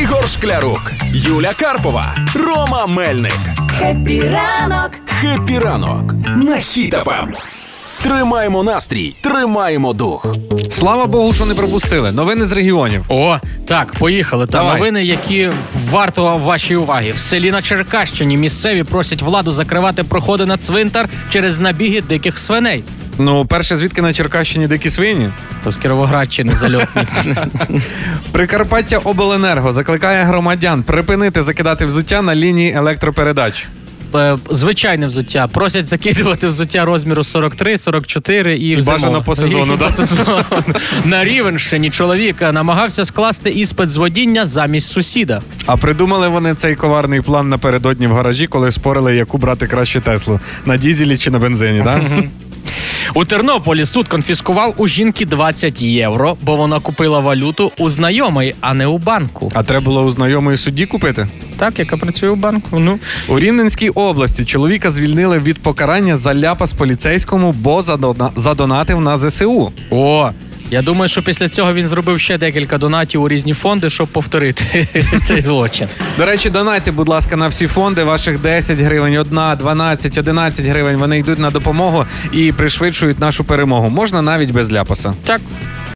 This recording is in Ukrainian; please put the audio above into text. Ігор Шклярук, Юля Карпова, Рома Мельник. Хеппі ранок! Хеппі ранок на хітафам. Тримаємо настрій, тримаємо дух. Слава Богу, що не пропустили. Новини з регіонів. О, так, поїхали. Та Давай. новини, які варто вашій уваги. В селі на Черкащині місцеві просять владу закривати проходи на цвинтар через набіги диких свиней. Ну, перше, звідки на Черкащині дикі свині? То з Кіровоградщини зальотні. Прикарпаття Обленерго закликає громадян припинити закидати взуття на лінії електропередач. Е, Звичайне взуття. Просять закидувати взуття розміру 43, 44 і, в зимове. бажано по сезону, І да? по сезону. На Рівенщині чоловік намагався скласти іспит з водіння замість сусіда. А придумали вони цей коварний план напередодні в гаражі, коли спорили, яку брати краще Теслу на дізелі чи на бензині, так? У Тернополі суд конфіскував у жінки 20 євро, бо вона купила валюту у знайомої, а не у банку. А треба було у знайомої судді купити? Так, яка працює у банку. Ну У Рівненській області чоловіка звільнили від покарання за ляпас поліцейському, бо задона- задонатив на ЗСУ. о. Я думаю, що після цього він зробив ще декілька донатів у різні фонди, щоб повторити цей злочин. До речі, донайте, будь ласка, на всі фонди. Ваших 10 гривень, 1, 12, 11 гривень. Вони йдуть на допомогу і пришвидшують нашу перемогу. Можна навіть без ляпаса. Так,